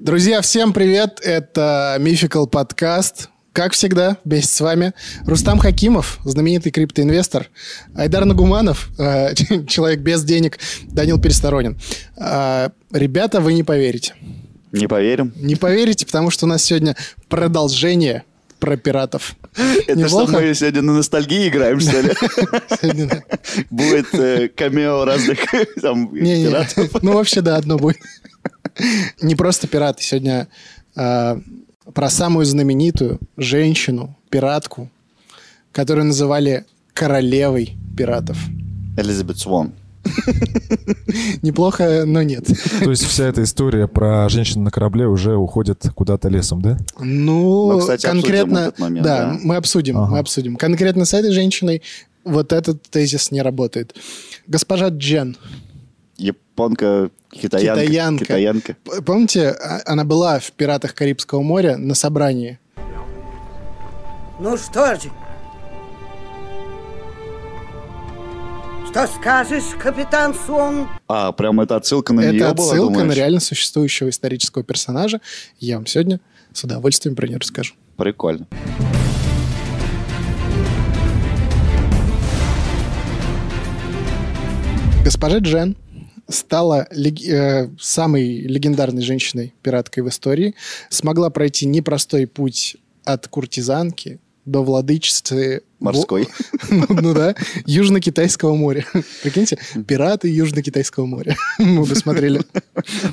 Друзья, всем привет! Это Мификал подкаст. Как всегда, вместе с вами Рустам Хакимов, знаменитый криптоинвестор, Айдар Нагуманов, э, человек без денег, Данил Пересторонин. Э, ребята, вы не поверите. Не поверим. Не поверите, потому что у нас сегодня продолжение про пиратов. Это что, Неплохо? мы сегодня на ностальгии играем, что ли? Сегодня, да. Будет э, камео разных там Не-не, пиратов. ну вообще да, одно будет. Не просто пираты, сегодня э, про самую знаменитую женщину, пиратку, которую называли королевой пиратов. Элизабет Свон. Неплохо, но нет. То есть вся эта история про женщин на корабле уже уходит куда-то лесом, да? Ну, Ну, кстати, обсудим конкретно, этот момент, да, да. мы обсудим, Ага. мы обсудим. Конкретно с этой женщиной вот этот тезис не работает. Госпожа Джен, Японка, китаянка. Китаянка. китаянка. п- помните, а- она была в «Пиратах Карибского моря» на собрании? Ну что же? Что скажешь, капитан Сон? А, прям это отсылка на нее Это была, отсылка на думаешь? реально существующего исторического персонажа. Я вам сегодня с удовольствием про нее расскажу. Прикольно. Госпожа Джен стала лег- э, самой легендарной женщиной-пираткой в истории, смогла пройти непростой путь от куртизанки до владычицы во- Морской. Ну ну да, Южно-Китайского моря. Прикиньте, пираты Южно-Китайского моря. Мы бы смотрели.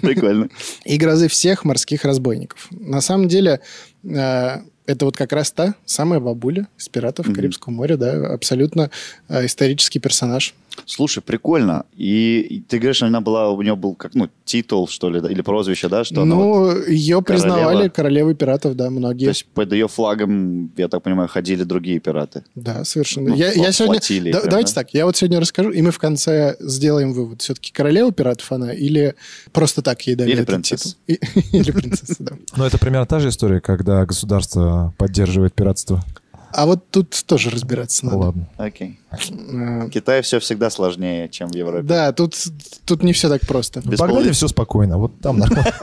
Прикольно. и грозы всех морских разбойников. На самом деле, э, это вот как раз та самая бабуля из «Пиратов Мгм. Карибского моря», да, абсолютно э, исторический персонаж. Слушай, прикольно. И и ты говоришь, она была, у нее был как, ну, титул, что ли, да, или прозвище, да? Что она вот- ну, ее признавали королева. королевой пиратов, да, многие. То есть под ее флагом, я так понимаю, ходили другие пираты. Да, совершенно. ну, я, я фла- сегодня... флотилии Да- прям, давайте да? так, я вот сегодня расскажу, и мы в конце сделаем вывод. Все-таки королева пиратов она или просто так ей дали Или этот принцесса. титул? И- Или принцесса, да. Но Ну, это примерно та же история, когда государство поддерживает пиратство. А вот тут тоже разбираться Ну, надо. ладно. Окей. Э, В Китае все всегда сложнее, чем в Европе. Да, тут, тут не все так просто. В Без Багдаде половины. все Ну, спокойно, вот там нормально.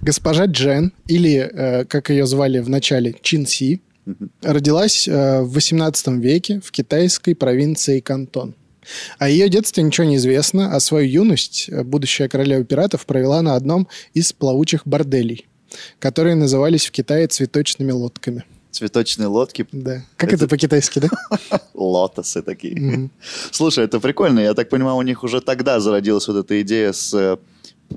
Госпожа Джен, или, э, как ее звали в начале, Чин Си, Мгм. родилась э, в 18 веке в китайской провинции Кантон. О ее детстве ничего не известно, а свою юность э, будущая королева пиратов провела на одном из плавучих борделей, которые назывались в Китае цветочными лодками. Цветочные лодки, Да. Как это, Это- по-китайски, да? лотосы такие. Мгм. Слушай, это прикольно. Я так понимаю, у них уже тогда зародилась вот эта идея с э,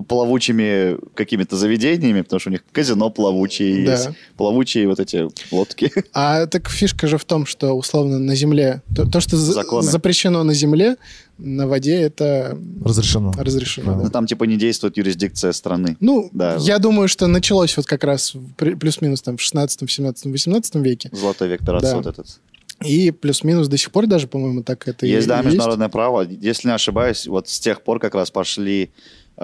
плавучими какими-то заведениями, потому что у них казино плавучие Да. есть, плавучие вот эти лодки. А так фишка же в том, что условно на земле... То, то, что за- Законы. запрещено на земле, на воде это Разрешено. разрешено. да. Но там типа не действует юрисдикция страны. Ну, Да. я думаю, что началось вот как раз в при- плюс-минус там в 16, 17, 18 веке. Золотой век пиратства Да. вот этот. И плюс-минус до сих пор даже, по-моему, так это есть, и да, есть. международное право. Если не ошибаюсь, вот с тех пор как раз пошли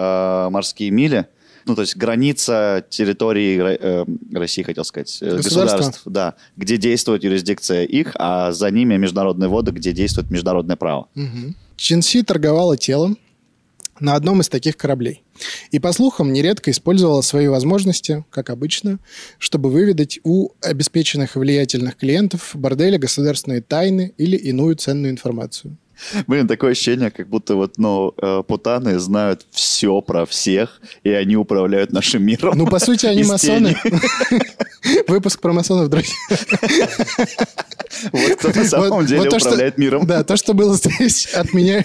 э, морские мили. Ну, то есть граница территории Ро- э, России, хотел сказать, э, Государства. государств, да, где действует юрисдикция их, а за ними международные воды, где действует международное право. Мгм. Чинси торговала телом на одном из таких кораблей. И, по слухам, нередко использовала свои возможности, как обычно, чтобы выведать у обеспеченных и влиятельных клиентов борделя государственные тайны или иную ценную информацию. Блин, такое ощущение, как будто вот, ну, э, путаны знают все про всех, и они управляют нашим миром. Ну, по сути, они Из масоны. Выпуск про масонов, друзья. Вот кто на самом Вот- деле вот то, что- управляет миром. Да, то, что было здесь, от меня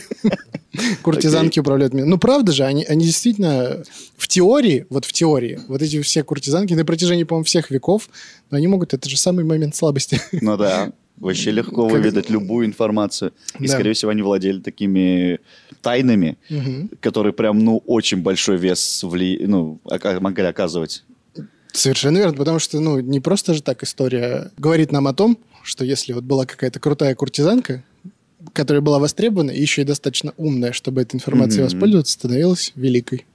куртизанки управляют миром. Ну, правда же, они, они действительно в теории, вот в теории, вот эти все куртизанки на протяжении, по-моему, всех веков, но они могут, это же самый момент слабости. Ну да, вообще легко Как- выведать любую информацию. И, Да. скорее всего, они владели такими тайнами, Мгм. которые прям, ну, очень большой вес вли... ну, ока- могли оказывать. Совершенно верно, потому что, ну, не просто же так история говорит нам о том, что если вот была какая-то крутая куртизанка, которая была востребована, и еще и достаточно умная, чтобы этой информацией Мгм. воспользоваться, становилась великой.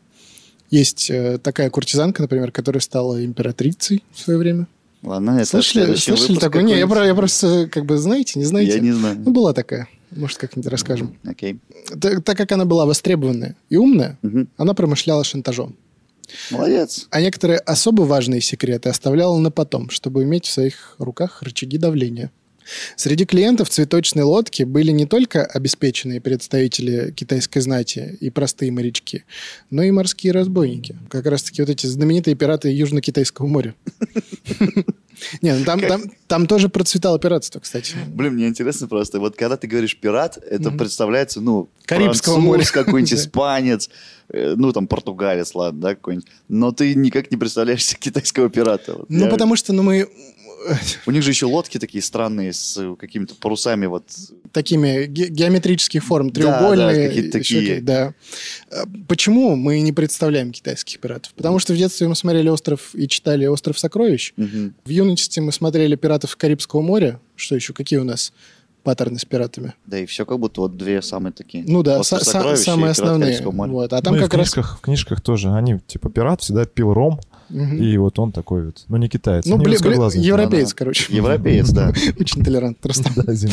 Есть э, такая куртизанка, например, которая стала императрицей в свое время. Ладно, это слышали следующий слышали выпуск такое? Не, я, какой-нибудь. про- я просто, как бы, знаете, не знаете? Я не знаю. Ну, была такая. Может, как-нибудь расскажем. Окей. Т- Так, как она была востребованная и умная, Мгм. она промышляла шантажом. Молодец. А некоторые особо важные секреты оставляла на потом, чтобы иметь в своих руках рычаги давления. Среди клиентов цветочной лодки были не только обеспеченные представители китайской знати и простые морячки, но и морские разбойники. Как раз-таки вот эти знаменитые пираты Южно-Китайского моря. Не, ну там, там, там тоже процветало пиратство, кстати. Блин, мне интересно просто, вот когда ты говоришь пират, это представляется, ну, Карибского француз моря. какой-нибудь Да. испанец, э, ну, там, португалец, ладно, да, какой-нибудь. Но ты никак не представляешь себе китайского пирата. Вот Ну, я- потому что, ну, мы э, У них же еще лодки такие странные с э, какими-то парусами, вот. такими ге- геометрических форм, Да, да, треугольные. какие-то еще такие. какие- да. Э, Почему мы не представляем китайских пиратов? Потому что в детстве мы смотрели «Остров» и читали «Остров сокровищ». Мгм. В юности мы смотрели «Пиратов Карибского моря». Что еще? Какие у нас паттерны с пиратами? Да и все как будто вот две самые такие. Ну да, «Остров са- са- сокровищ» и самые «Пираты основные. Карибского моря». Вот. А там ну, и как в раз... книжках, в книжках тоже. Они, типа, пират всегда пил ром, Мгм. и вот он такой вот, ну, не китаец, Ну, не бля- бля- узкоглазый. европеец, Да-да. короче. Европеец, да. Очень толерант, Рустам. Да, Зин.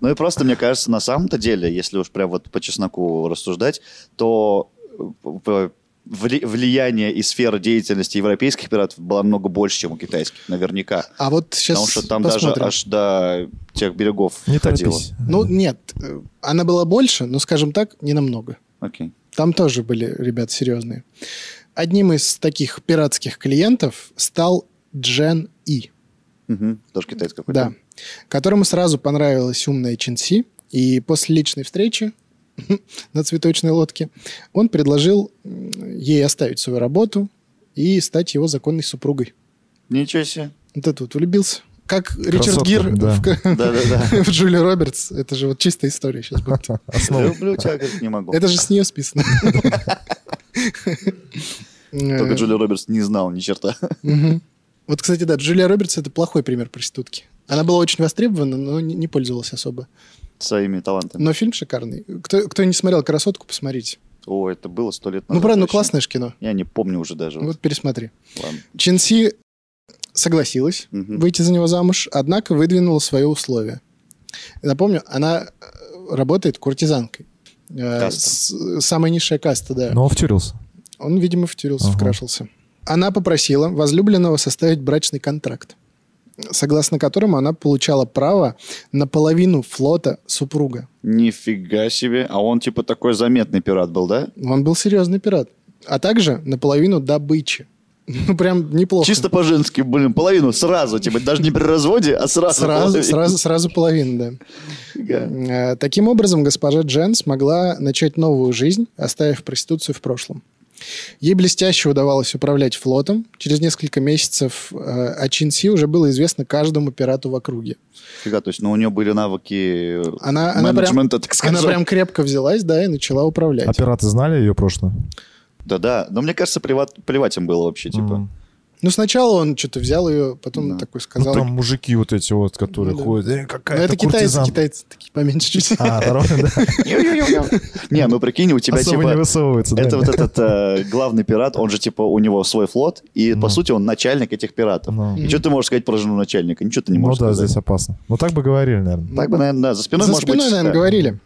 Ну и просто, мне кажется, на самом-то деле, если уж прям вот по чесноку рассуждать, то э, в- вли- влияние и сфера деятельности европейских пиратов была много больше, чем у китайских, наверняка. А вот сейчас Потому что там посмотрим. даже аж до тех берегов Не ходило. торопись. Ну, нет, э, она была больше, но, скажем так, не намного. Окей. Там тоже были ребята серьезные. Одним из таких пиратских клиентов стал Джен И, Мгм. Тоже китайский какой-то. да, которому сразу понравилась умная Чинси, и после личной встречи на цветочной лодке он предложил м, ей оставить свою работу и стать его законной супругой. Ничего себе. Вот это вот влюбился. Как Красотка, Ричард Гир да. в, к- Да-да-да. в Джулию Робертс. Это же вот чистая история сейчас будет. Э, Основа. Люблю тебя, говорит, не могу. Это же с нее списано. Только Э, Джули Робертс не знал ни черта. мгм. Вот, кстати, да, Джулия Робертс — это плохой пример проститутки. Она была очень востребована, но не не пользовалась особо. Своими талантами. Но фильм шикарный. Кто, кто не смотрел «Красотку», посмотрите. О, это было сто лет назад. Ну, правда, ну вообще. классное же кино. Я не помню уже даже. Вот Вот. пересмотри. Ладно. Чин Си согласилась Мгм. выйти за него замуж, однако выдвинула свое условие. Напомню, она э, работает куртизанкой. Э, Каста. с- Самая низшая каста, да. Но он втюрился. Он, видимо, втюрился, Ага. вкрашился. Она попросила возлюбленного составить брачный контракт, согласно которому она получала право на половину флота супруга. Нифига себе. А он типа такой заметный пират был, да? Он был серьезный пират. А также на половину добычи. Ну, прям неплохо. Чисто по-женски, блин, половину сразу, типа даже не при разводе, а сразу. Сразу, половину. сразу, сразу половину, да. Фига. Э, Таким образом, госпожа Джен смогла начать новую жизнь, оставив проституцию в прошлом. Ей блестяще удавалось управлять флотом. Через несколько месяцев э, о Чинси уже было известно каждому пирату в округе. Фига, то есть, ну у нее были навыки э, Она, она, прям, менеджмента, так она сказать. прям крепко взялась, да, и начала управлять. А пираты знали ее прошлое? Да-да, но мне кажется, плевать, плевать им было вообще, типа. М. Ну, сначала он что-то взял ее, потом Да. такой сказал. Ну, там мужики вот эти вот, которые Ну, да. ходят. «Э, «Ну, какая-то это китайцы, куртизанка». китайцы такие поменьше чуть. А, нормально, да. Не, ну прикинь, у тебя Особо не типа... высовывается. да. Это вот этот э, главный пират, он же типа, у него свой флот, и по Ну. сути он начальник этих пиратов. Ну. И что ты можешь сказать про жену начальника? Ничего ты не Ну можешь да, сказать. здесь опасно. Ну так бы говорили, наверное. Так бы, наверное, да, за спиной, За может спиной, быть, наверное, да. говорили.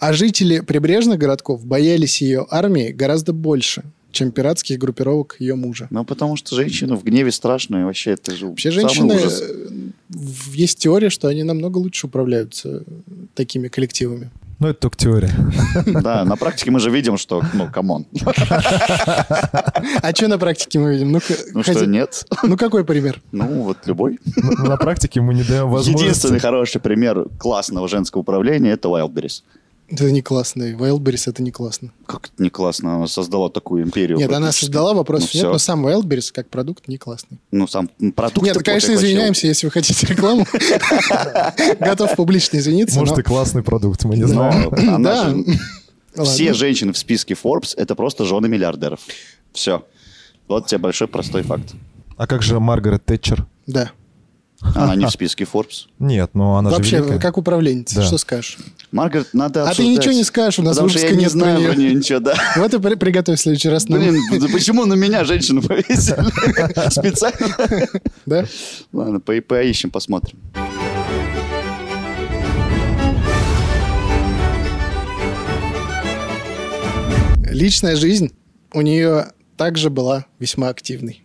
А жители прибрежных городков боялись ее армии гораздо больше, чем пиратских группировок ее мужа. Ну, потому что женщины в гневе страшные, вообще, это же Вообще самый женщины, ужас. э, в- есть теория, что они намного лучше управляются такими коллективами. Ну это только теория. Да, на практике мы же видим, что, ну, камон. А что на практике мы видим? Ну, Ну что, нет? ну какой пример? Ну, вот любой. Но На практике мы не даем Единственный возможности. хороший пример классного женского управления – это Wildberries. Это не классно. Вайлдберрис это не классно. Как это не классно, она создала такую империю. Нет, она практически. создала вопросов Ну, нет, всё. но сам Вайлдберрис как продукт не классный. Ну, сам продукт... нет, конечно, извиняемся, если вы хотите рекламу. Готов публично извиниться. Может, но- и классный продукт, мы не Но знаем. она Да. же- Ладно. Все женщины в списке Forbes – это просто жены миллиардеров. Все. Вот тебе большой простой факт. А как же Маргарет Тэтчер? Да. Она не в списке Forbes. Нет, ну она же Вообще, великая. как управленница, Да. что скажешь? Маргарет, надо А ты обсуждать. ничего не скажешь, у нас Потому что я выпуска не нет Ну. про знаю неё. про нее ничего, да. Вот и при- приготовь в следующий раз нам. Блин, да почему на меня женщину повесили? Специально? Да? Ладно, по- поищем, посмотрим. Личная жизнь у нее также была весьма активной.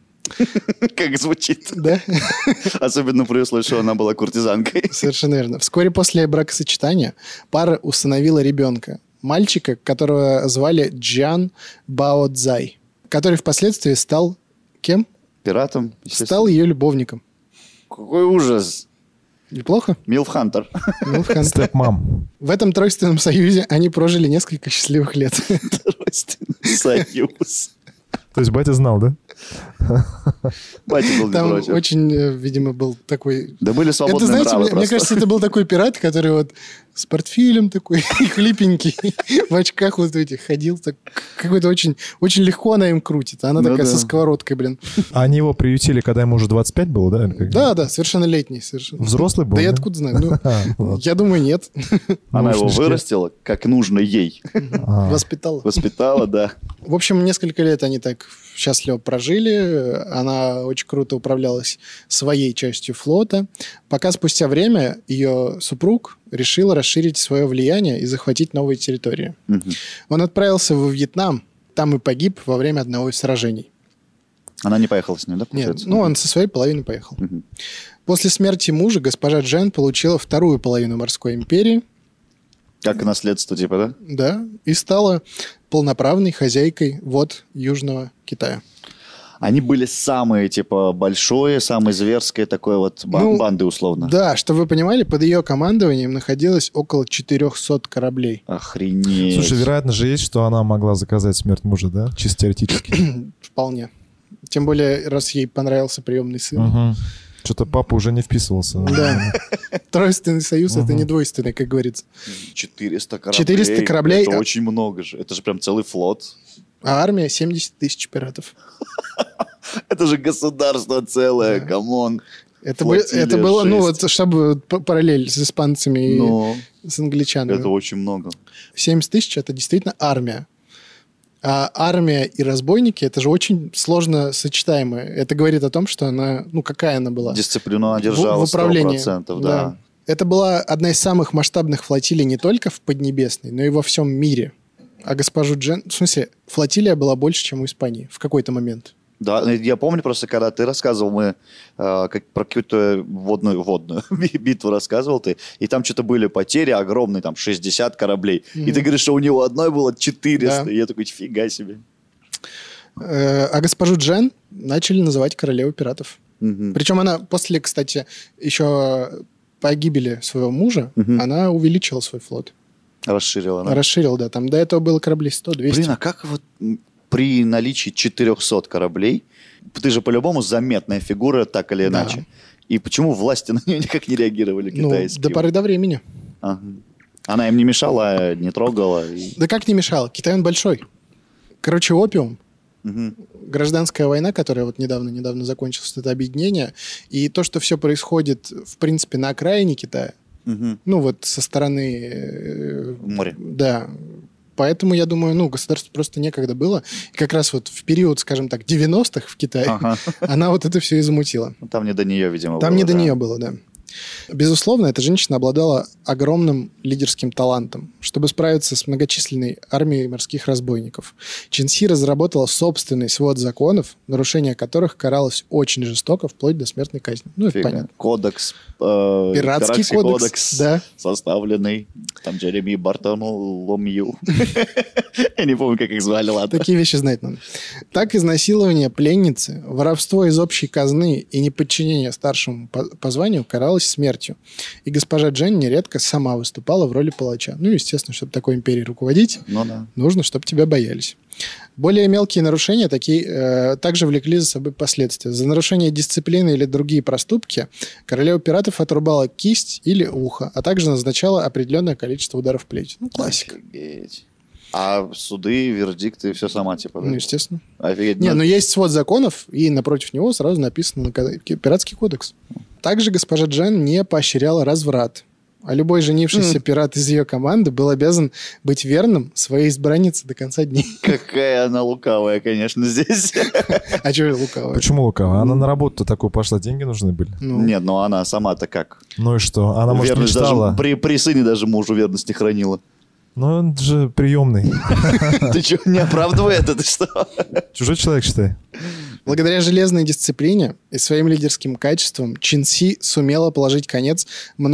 Как звучит. Да? Особенно при условии, что она была куртизанкой. Совершенно верно. Вскоре после бракосочетания пара установила ребенка. Мальчика, которого звали Джан Баодзай, который впоследствии стал кем? Пиратом. естественно. Стал ее любовником. Какой ужас. Неплохо? Милфхантер. Ну, в конце. Степ-мам. В этом тройственном союзе они прожили несколько счастливых лет. Ну, Родственный союз. То есть батя знал, да? Батя был не Там против. очень, э, видимо, был такой... Да были Это, свободные знаете, нравы мне, мне просто. кажется, это был такой пират, который вот с портфелем такой, хлипенький, в очках вот этих ходил. так Какой-то очень, очень легко она им крутит. а Она Ну такая со да. сковородкой, блин. А Они его приютили, когда ему уже 25 было, да? или как? Да, да, совершеннолетний совершенно. Взрослый был? Да я откуда знаю? Ну, Ладно. я думаю, нет. Она его Наушнички. вырастила, как нужно ей. А. Воспитала. Воспитала, да. В общем, несколько лет они так счастливо прожили. Она очень круто управлялась своей частью флота. Пока спустя время ее супруг решил расширить свое влияние и захватить новые территории. Мгм. Он отправился во Вьетнам, там и погиб во время одного из сражений. Она не поехала с ним, да, Нет, получается? ну он со своей половиной поехал. Мгм. После смерти мужа госпожа Джен получила вторую половину морской империи, Как и наследство, типа, да? да, и стала полноправной хозяйкой вот Южного Китая. Они были самые, типа, большое, самые зверское такой вот ба- Ну, банды, условно. Да, чтобы вы понимали, под ее командованием находилось около 400 кораблей. Охренеть. Слушай, вероятно же есть, что она могла заказать смерть мужа, да? Чисто теоретически. Вполне. Тем более, раз ей понравился приемный сын. Что-то папа уже не вписывался. Да. Тройственный союз — это Мгм. не двойственный, как говорится. 400 кораблей. 400 кораблей. Это очень много же. Это же прям целый флот. А армия — 70 тысяч пиратов. Это же государство целое, Да. камон. Это, бы- Флотилия это было, ну шесть. вот, чтобы п- параллель с испанцами и ну, Но с англичанами. Ну, это очень много. 70 тысяч — это действительно армия. А армия и разбойники — это же очень сложно сочетаемые. Это говорит о том, что она... Ну, какая она была? Дисциплину она в- держала в управлении. 100%, Да. да. Это была одна из самых масштабных флотилий не только в Поднебесной, но и во всем мире. А госпожу Джен... В смысле, флотилия была больше, чем у Испании в какой-то момент. Да, ну, я помню просто, когда ты рассказывал, мы э, как, про какую-то водную, водную би- битву рассказывал ты, и там что-то были потери огромные, там 60 кораблей. И ты говоришь, что у него одной было 400. Да. И я такой, фига себе. Э, А госпожу Джен начали называть королевой пиратов. Мгм. Причем она после, кстати, еще погибели своего мужа, Мгм. она увеличила свой флот. Расширила, да? Расширила, да. Там до этого было кораблей 100-200. Блин, а как вот м, при наличии 400 кораблей, ты же по-любому заметная фигура, так или Да. иначе. И почему власти на нее никак не реагировали ну, а китайские? до поры до времени. Ага. Она им не мешала, не трогала. и- Да как не мешало? Китай, он большой. Короче, опиум. Мгм. гражданская война, которая вот недавно-недавно закончилась, это объединение, и то, что все происходит, в принципе, на окраине Китая, Мгм. ну вот со стороны... э, Море. Да. Поэтому, я думаю, ну, государству просто некогда было. И как раз вот в период, скажем так, 90-х в Китае Ага. она вот это все и замутила. Ну, Там не до нее, видимо, Там было, не до да. нее было, да. Безусловно, эта женщина обладала огромным лидерским талантом, чтобы справиться с многочисленной армией морских разбойников. Чинси разработала собственный свод законов, нарушение которых каралось очень жестоко, вплоть до смертной казни. Ну, это Фига. понятно. Кодекс. э, Пиратский, кодекс, да. Составленный. Там Джереми Бартон Ломью. Я не помню, как их звали, ладно. Такие вещи знать надо. Так изнасилование пленницы, воровство из общей казны и неподчинение старшему по, по званию каралось смертью. И госпожа Джен нередко сама выступала в роли палача. Ну, естественно, чтобы такой империей руководить, Ну да. Нужно, чтобы тебя боялись. Более мелкие нарушения такие, э, также влекли за собой последствия. За нарушение дисциплины или другие проступки королева пиратов отрубала кисть или ухо, а также назначала определенное количество ударов плеч. Ну, классика. Офигеть. А суды, вердикты, все сама, типа, да? Ну, естественно. Офигеть. Не, ну, но есть свод законов, и напротив него сразу написано наказ- ки- «Пиратский кодекс». Также госпожа Джен не поощряла разврат. А любой женившийся пират из ее команды был обязан быть верным своей избраннице до конца дней. Какая она лукавая, конечно, здесь. А чего я лукавая? Почему лукаво? Она на работу такую пошла, деньги нужны были. Ну. Нет, ну она сама-то как? Ну и что? Она, может, верность даже мечтала. при, при сыне даже мужу верность не хранила. Но он же приемный. Ты что, не оправдывай это, ты что? Чужой человек, считай. Благодаря железной дисциплине и своим лидерским качествам Чин Си сумела положить конец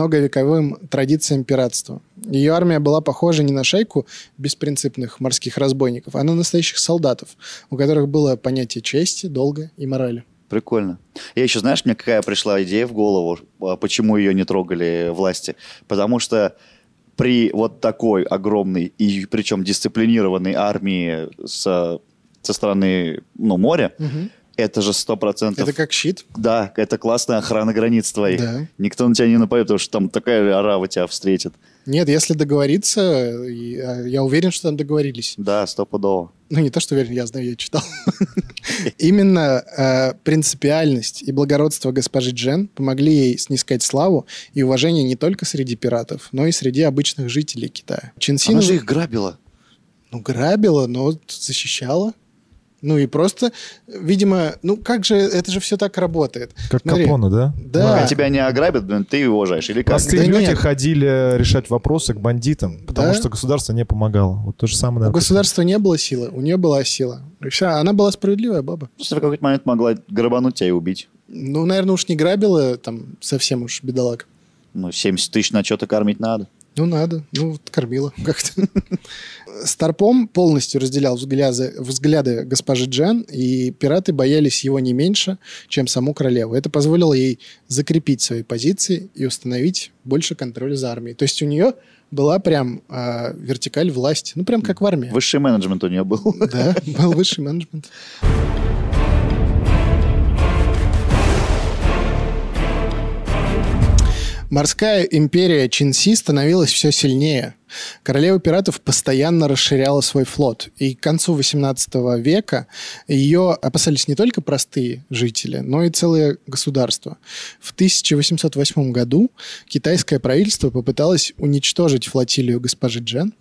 многовековым традициям пиратства. Ее армия была похожа не на шайку беспринципных морских разбойников, а на настоящих солдатов, у которых было понятие чести, долга и морали. Прикольно. Я еще, знаешь, мне какая пришла идея в голову, а, почему ее не трогали власти? Потому что при вот такой огромной и причем дисциплинированной армии со, со стороны ну, моря, это же 100%... Это как щит. Да, это классная охрана границ твоих. Да. Никто на тебя не нападет, потому что там такая же арава тебя встретит. Нет, если договориться, и, а, я уверен, что там договорились. Да, стопудово. Ну, не то, что уверен, я знаю, я читал. Именно э, принципиальность и благородство госпожи Джен помогли ей снискать славу и уважение не только среди пиратов, но и среди обычных жителей Китая. Чин Син Она уже- же их грабила. ну, грабила, но защищала. Ну и просто, видимо, ну как же, это же все так работает. Как Смотри. Капоне, да? Да. Пока тебя не ограбят, блин, ты его уважаешь. Или как? Простые Да люди нет. ходили решать вопросы к бандитам, потому Да. что государство не помогало. Вот то же У самое, наверное. государства не было силы, у нее была сила. И вся, она была справедливая баба. Просто в какой-то момент могла грабануть тебя и убить. Ну, наверное, уж не грабила там совсем уж бедолаг. Ну, 70 тысяч на что-то кормить надо. Ну, надо. Ну, вот кормила как-то. Старпом полностью разделял взгляды, взгляды госпожи Джан, и пираты боялись его не меньше, чем саму королеву. Это позволило ей закрепить свои позиции и установить больше контроля за армией. То есть у нее была прям а, вертикаль власти. Ну, прям как в армии. Высший менеджмент у нее был. Да, был высший менеджмент. Морская империя Чинси становилась все сильнее. Королева пиратов постоянно расширяла свой флот. И к концу XVIII века ее опасались не только простые жители, но и целые государства. В 1808 году китайское правительство попыталось уничтожить флотилию госпожи Джен.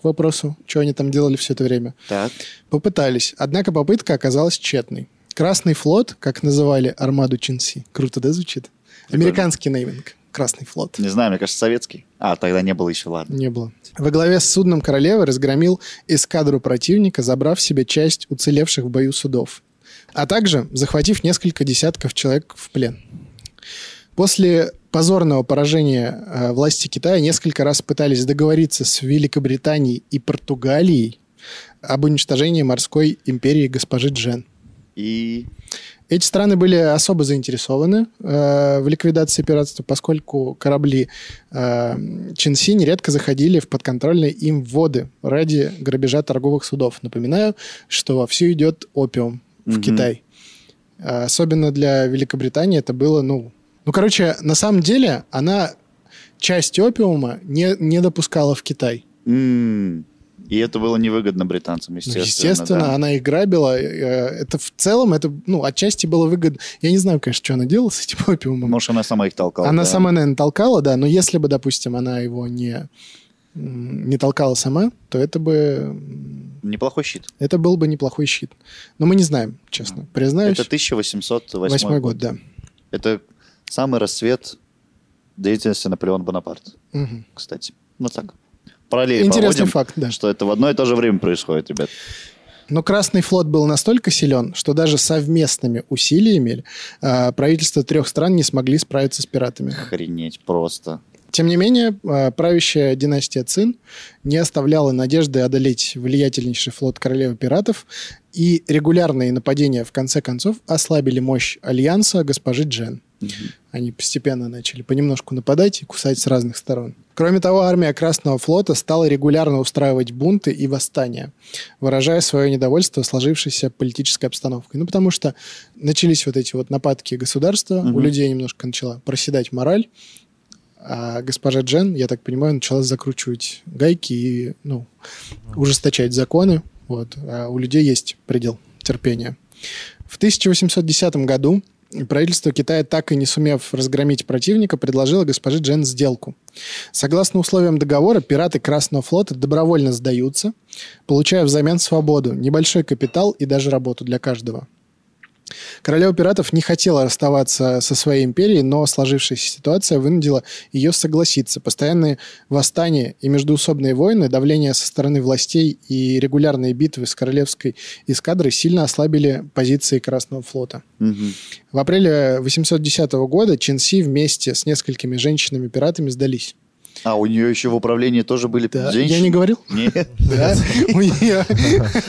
К вопросу, что они там делали все это время. Так. Попытались, однако попытка оказалась тщетной. Красный флот, как называли армаду Чинси, круто, да, звучит? Прикольно. Американский нейминг. Красный флот. Не знаю, мне кажется, советский. А, тогда не было еще, ладно. Не было. Во главе с судном королевы разгромил эскадру противника, забрав себе часть уцелевших в бою судов, а также захватив несколько десятков человек в плен. После позорного поражения э, власти Китая несколько раз пытались договориться с Великобританией и Португалией об уничтожении морской империи госпожи Джен. И Эти страны были особо заинтересованы э, в ликвидации пиратства, поскольку корабли э, Чинси нередко заходили в подконтрольные им воды ради грабежа торговых судов. Напоминаю, что вовсю идет опиум в Мгм. Китай. Э, Особенно для Великобритании это было, ну... Ну, короче, на самом деле она часть опиума не, не допускала в Китай. м, и это было невыгодно британцам, Ну, естественно. Естественно, да. она их грабила. э, Это в целом, это, ну, отчасти было выгодно. Я не знаю, конечно, что она делала с этим опиумом. Может, она сама их толкала. Она да. сама, наверное, толкала, да, но если бы, допустим, она его не, м, не толкала сама, то это бы м, Неплохой щит. это был бы неплохой щит. Но мы не знаем, честно. Признаюсь, Это 1808 восьмой год, да. Это самый рассвет деятельности Наполеона Бонапарта, Мгм. кстати. Ну так. Параллели Интересный проводим, факт, да. что это в одно и то же время происходит, ребят. Но Красный флот был настолько силен, что даже совместными усилиями э, правительства трех стран не смогли справиться с пиратами. Охренеть просто. Тем не менее, э, правящая династия Цин не оставляла надежды одолеть влиятельнейший флот королевы пиратов, и регулярные нападения в конце концов ослабили мощь альянса госпожи Джен. Они постепенно начали понемножку нападать и кусать с разных сторон. Кроме того, армия Красного флота стала регулярно устраивать бунты и восстания, выражая свое недовольство сложившейся политической обстановкой. Ну, потому что начались вот эти вот нападки государства, у Мгм. людей немножко начала проседать мораль, а госпожа Джен, я так понимаю, начала закручивать гайки и ну, ужесточать законы. Вот. А у людей есть предел терпения. В 1810 году правительство Китая, так и не сумев разгромить противника, предложило госпоже Джен сделку. Согласно условиям договора, пираты Красного флота добровольно сдаются, получая взамен свободу, небольшой капитал и даже работу для каждого. Королева пиратов не хотела расставаться со своей империей, но сложившаяся ситуация вынудила ее согласиться. Постоянные восстания и междуусобные войны, давление со стороны властей и регулярные битвы с королевской эскадрой сильно ослабили позиции Красного флота. Мгм. В апреле 810 года Чин Си вместе с несколькими женщинами-пиратами сдались. А у нее еще в управлении тоже были Да, женщины? Я не говорил? Нет. Да. У нее-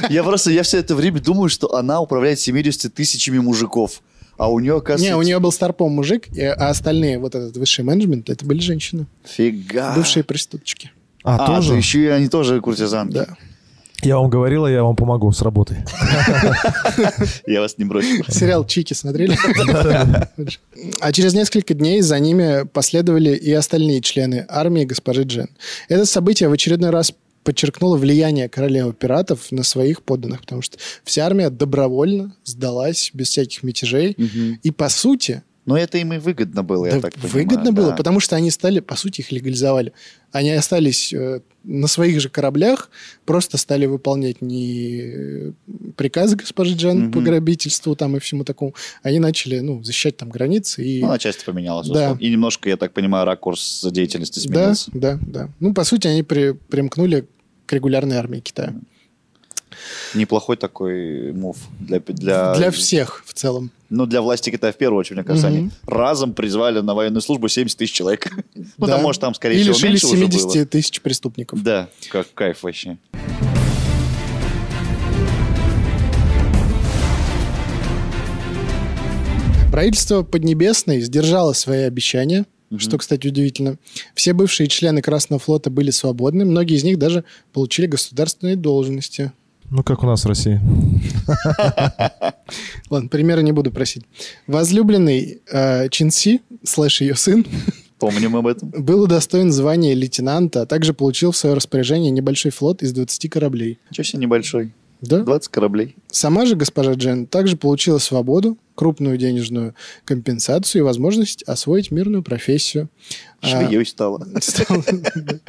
Я просто, я все это время думаю, что она управляет 70 тысячами мужиков. А у нее, Не, оказывается... у нее был старпом мужик, и- а остальные, вот этот высший менеджмент, это были женщины. Фига. Бывшие преступчики. А, А, тоже? то еще и они тоже куртизанки. Да. Я вам говорила, я вам помогу с работой. Я вас не бросил. Сериал «Чики» смотрели? А через несколько дней за ними последовали и остальные члены армии госпожи Джен. Это событие в очередной раз подчеркнуло влияние королевы пиратов на своих подданных, потому что вся армия добровольно сдалась без всяких мятежей. И, по сути, Но это им и выгодно было, я Да, так понимаю. выгодно было, да. потому что они стали, по сути, их легализовали. Они остались э, на своих же кораблях, просто стали выполнять не э, приказы госпожи Джан по Мгм. грабительству там и всему такому. Они начали, ну, защищать там границы и... Ну, она часть поменялась. Да. условно. И немножко, я так понимаю, ракурс деятельности да, сменился. да, да. Ну, по сути, они при- примкнули к регулярной армии Китая. Неплохой такой мув для... Для, Для всех в целом. Ну, для власти Китая в первую очередь, мне кажется, Мгм. они разом призвали на военную службу 70 тысяч человек. Ну, Да. там, может, там, скорее И всего, лишились меньше уже было. 70 тысяч преступников. Да, как кайф вообще. Правительство Поднебесной сдержало свои обещания, что, кстати, удивительно. Все бывшие члены Красного флота были свободны, многие из них даже получили государственные должности. Ну, как у нас в России. Ладно, примеры не буду просить. Возлюбленный э, Чин Си, слэш ее сын, Помним об этом. был удостоен звания лейтенанта, а также получил в свое распоряжение небольшой флот из 20 кораблей. Ничего себе небольшой. Да? 20 кораблей. Сама же госпожа Джен также получила свободу, крупную денежную компенсацию и возможность освоить мирную профессию. А, Швеей стало. Стал, да.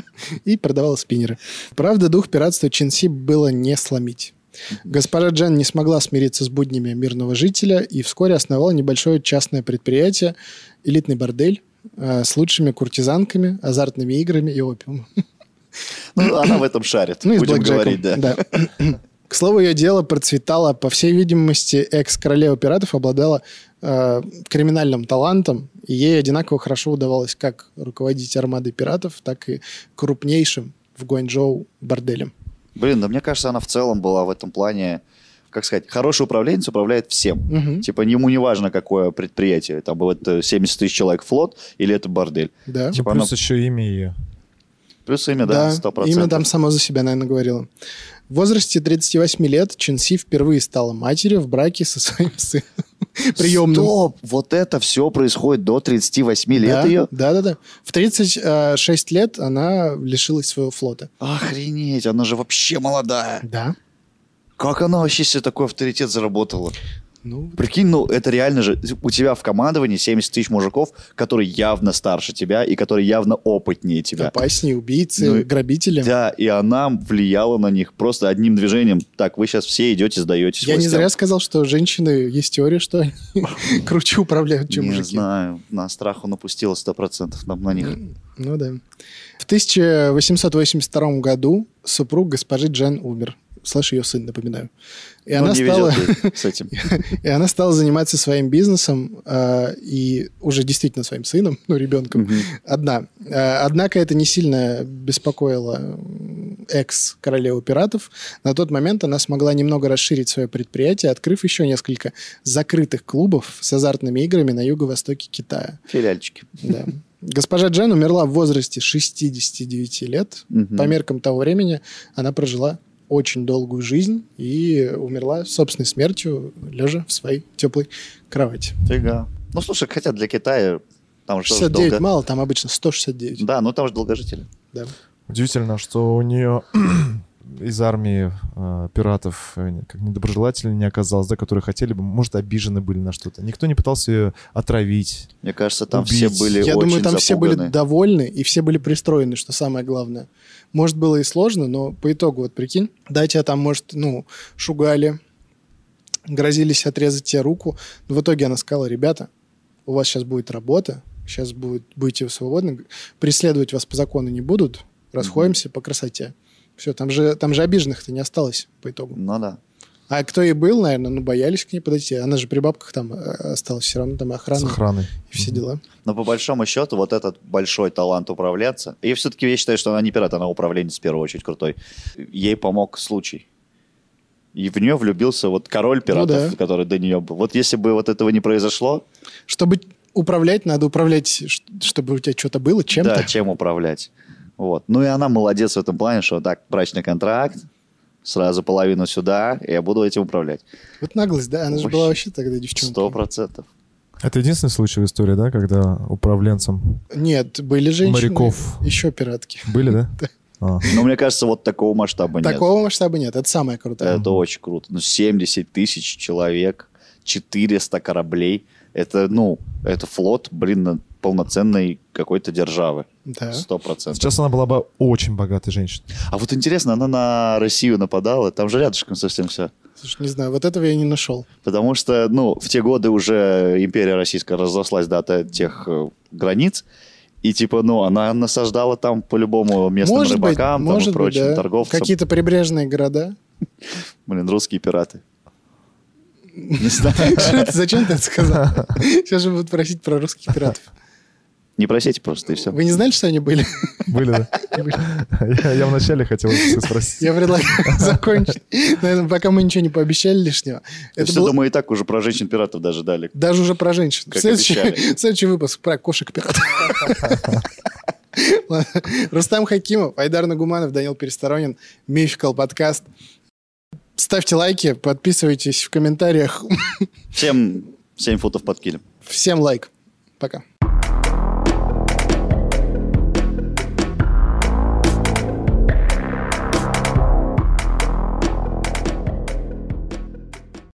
И продавала спиннеры. Правда, дух пиратства Чинси было не сломить. Госпожа Джан не смогла смириться с буднями мирного жителя и вскоре основала небольшое частное предприятие, элитный бордель э, с лучшими куртизанками, азартными играми и опиумом. Ну, она в этом шарит. Ну и с Будем блэкджеком, говорить, да. да. К слову, ее дело процветало. По всей видимости, экс-королева пиратов обладала э, криминальным талантом, и ей одинаково хорошо удавалось как руководить армадой пиратов, так и крупнейшим в Гуанчжоу борделем. Блин, да мне кажется, она в целом была в этом плане, как сказать, хороший управленец управляет всем. Мгм. Типа ему не важно, какое предприятие. Там вот э, 70 тысяч человек флот или это бордель. Да. Ну, Типа плюс она- еще имя ее. Плюс имя, да, 100%. имя там само за себя, наверное, говорило. В возрасте 38 лет Чин Си впервые стала матерью в браке со своим сыном. Приемным. Стоп! Вот это все происходит до 38 лет да, ее? Да, да, да. В 36 лет она лишилась своего флота. Охренеть, она же вообще молодая. Да. Как она вообще себе такой авторитет заработала? Ну, Прикинь, ну это реально же, у тебя в командовании 70 тысяч мужиков, которые явно старше тебя и которые явно опытнее тебя. опаснее, убийцы, Ну и- грабители. Да, и она влияла на них просто одним движением. Так, вы сейчас все идете, сдаетесь. Я не властям. зря сказал, что женщины есть теория, что они круче управляют, чем не мужики. знаю, на страху напустила 100% нам на них. Ну да. В 1882 году супруг госпожи Джен умер. Слышь, ее сын, напоминаю. И, Ну, она не стала, везет ей с этим. и она стала заниматься своим бизнесом э, и уже действительно своим сыном, ну, ребенком, одна. Э, Однако это не сильно беспокоило м, экс-королеву пиратов. На тот момент она смогла немного расширить свое предприятие, открыв еще несколько закрытых клубов с азартными играми на юго-востоке Китая. Филиальчики. Да. Госпожа Джен умерла в возрасте 69 лет. Мгм. По меркам того времени она прожила очень долгую жизнь и умерла собственной смертью, лежа в своей теплой кровати. Фига. Ну, слушай, хотя для Китая там же тоже 69 долго... мало, там обычно 169. Да, ну там же долгожители. Да. Удивительно, что у нее из армии э, пиратов э, как недоброжелателей не оказалось, да, которые хотели бы, может, обижены были на что-то. Никто не пытался ее отравить. Мне кажется, там Убить. все были Я очень думаю, там все были запуганы. довольны и все были пристроены, что самое главное. Может, было и сложно, но по итогу, вот прикинь, да, тебя там, может, ну, шугали, грозились отрезать тебе руку. Но в итоге она сказала, ребята, у вас сейчас будет работа, сейчас будет, будете свободны, преследовать вас по закону не будут, расходимся по красоте. Все, там же, там же обиженных-то не осталось по итогу. Ну да. А кто и был, наверное, ну, боялись к ней подойти. Она же при бабках там э, осталась, все равно там и С охрана, охраной. и все дела. Но по большому счету вот этот большой талант управляться. И все-таки я считаю, что она не пират, она управленец в первую очередь крутой. Ей помог случай. И в нее влюбился вот король пиратов, Ну да. который до нее был. Вот если бы вот этого не произошло, Чтобы управлять, надо управлять, ш- чтобы у тебя что-то было, чем-то. да, чем управлять? Вот. Ну и она молодец в этом плане, что так, брачный контракт, сразу половину сюда, и я буду этим управлять. Вот наглость, да? Она же Вообще. была вообще тогда девчонка. Сто процентов. Это единственный случай в истории, да, когда управленцем Нет, были женщины. моряков Еще пиратки. были, да? А. Но Ну, мне кажется, вот такого масштаба нет. Такого масштаба нет. Это самое крутое. Это очень круто. Ну, 70 тысяч человек, 400 кораблей. Это, ну, это флот, блин, на- полноценной какой-то державы. Да. Сто процентов. Сейчас она была бы очень богатой женщиной. А вот интересно, она на Россию нападала, там же рядышком совсем все. Слушай, не знаю, вот этого я не нашел. Потому что, ну, в те годы уже империя российская разрослась да, до тех э, границ, и типа, ну, она насаждала там по-любому местным может быть, рыбакам, там, может и прочим быть, да. торговцам. Какие-то прибрежные города. Блин, русские пираты. Не знаю. Что это? Зачем ты это сказал? Сейчас же будут просить про русских пиратов. Не просите просто, и все. Вы не знали, что они были? Были, да? Я- Я вначале хотел это спросить. Я предлагаю закончить. Наверное, пока мы ничего не пообещали лишнего. Это Все, было думаю, и так уже про женщин-пиратов даже дали. даже уже про женщин. Как Следующий обещали. следующий выпуск про кошек-пиратов. Ладно. Рустам Хакимов, Айдар Нагуманов, Данил Пересторонин, Мификал подкаст. Ставьте лайки, подписывайтесь в комментариях. Всем 7 футов под килем. Всем лайк. Пока.